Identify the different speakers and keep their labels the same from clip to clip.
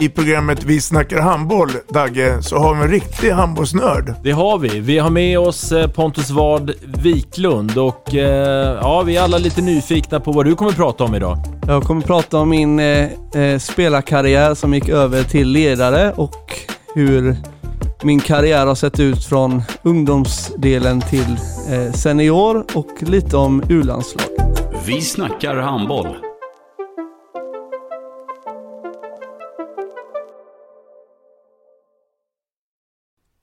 Speaker 1: i programmet Vi snackar handboll, Dagge, så har vi en riktig handbollsnörd.
Speaker 2: Det har vi. Vi har med oss eh, Pontus Ward Wiklund och eh, ja, vi är alla lite nyfikna på vad du kommer prata om idag.
Speaker 3: Jag kommer prata om min eh, eh, spelarkarriär som gick över till ledare och hur min karriär har sett ut från ungdomsdelen till eh, senior och lite om U-landslag.
Speaker 4: Vi snackar handboll.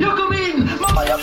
Speaker 5: Jag kom in! Mamma, jag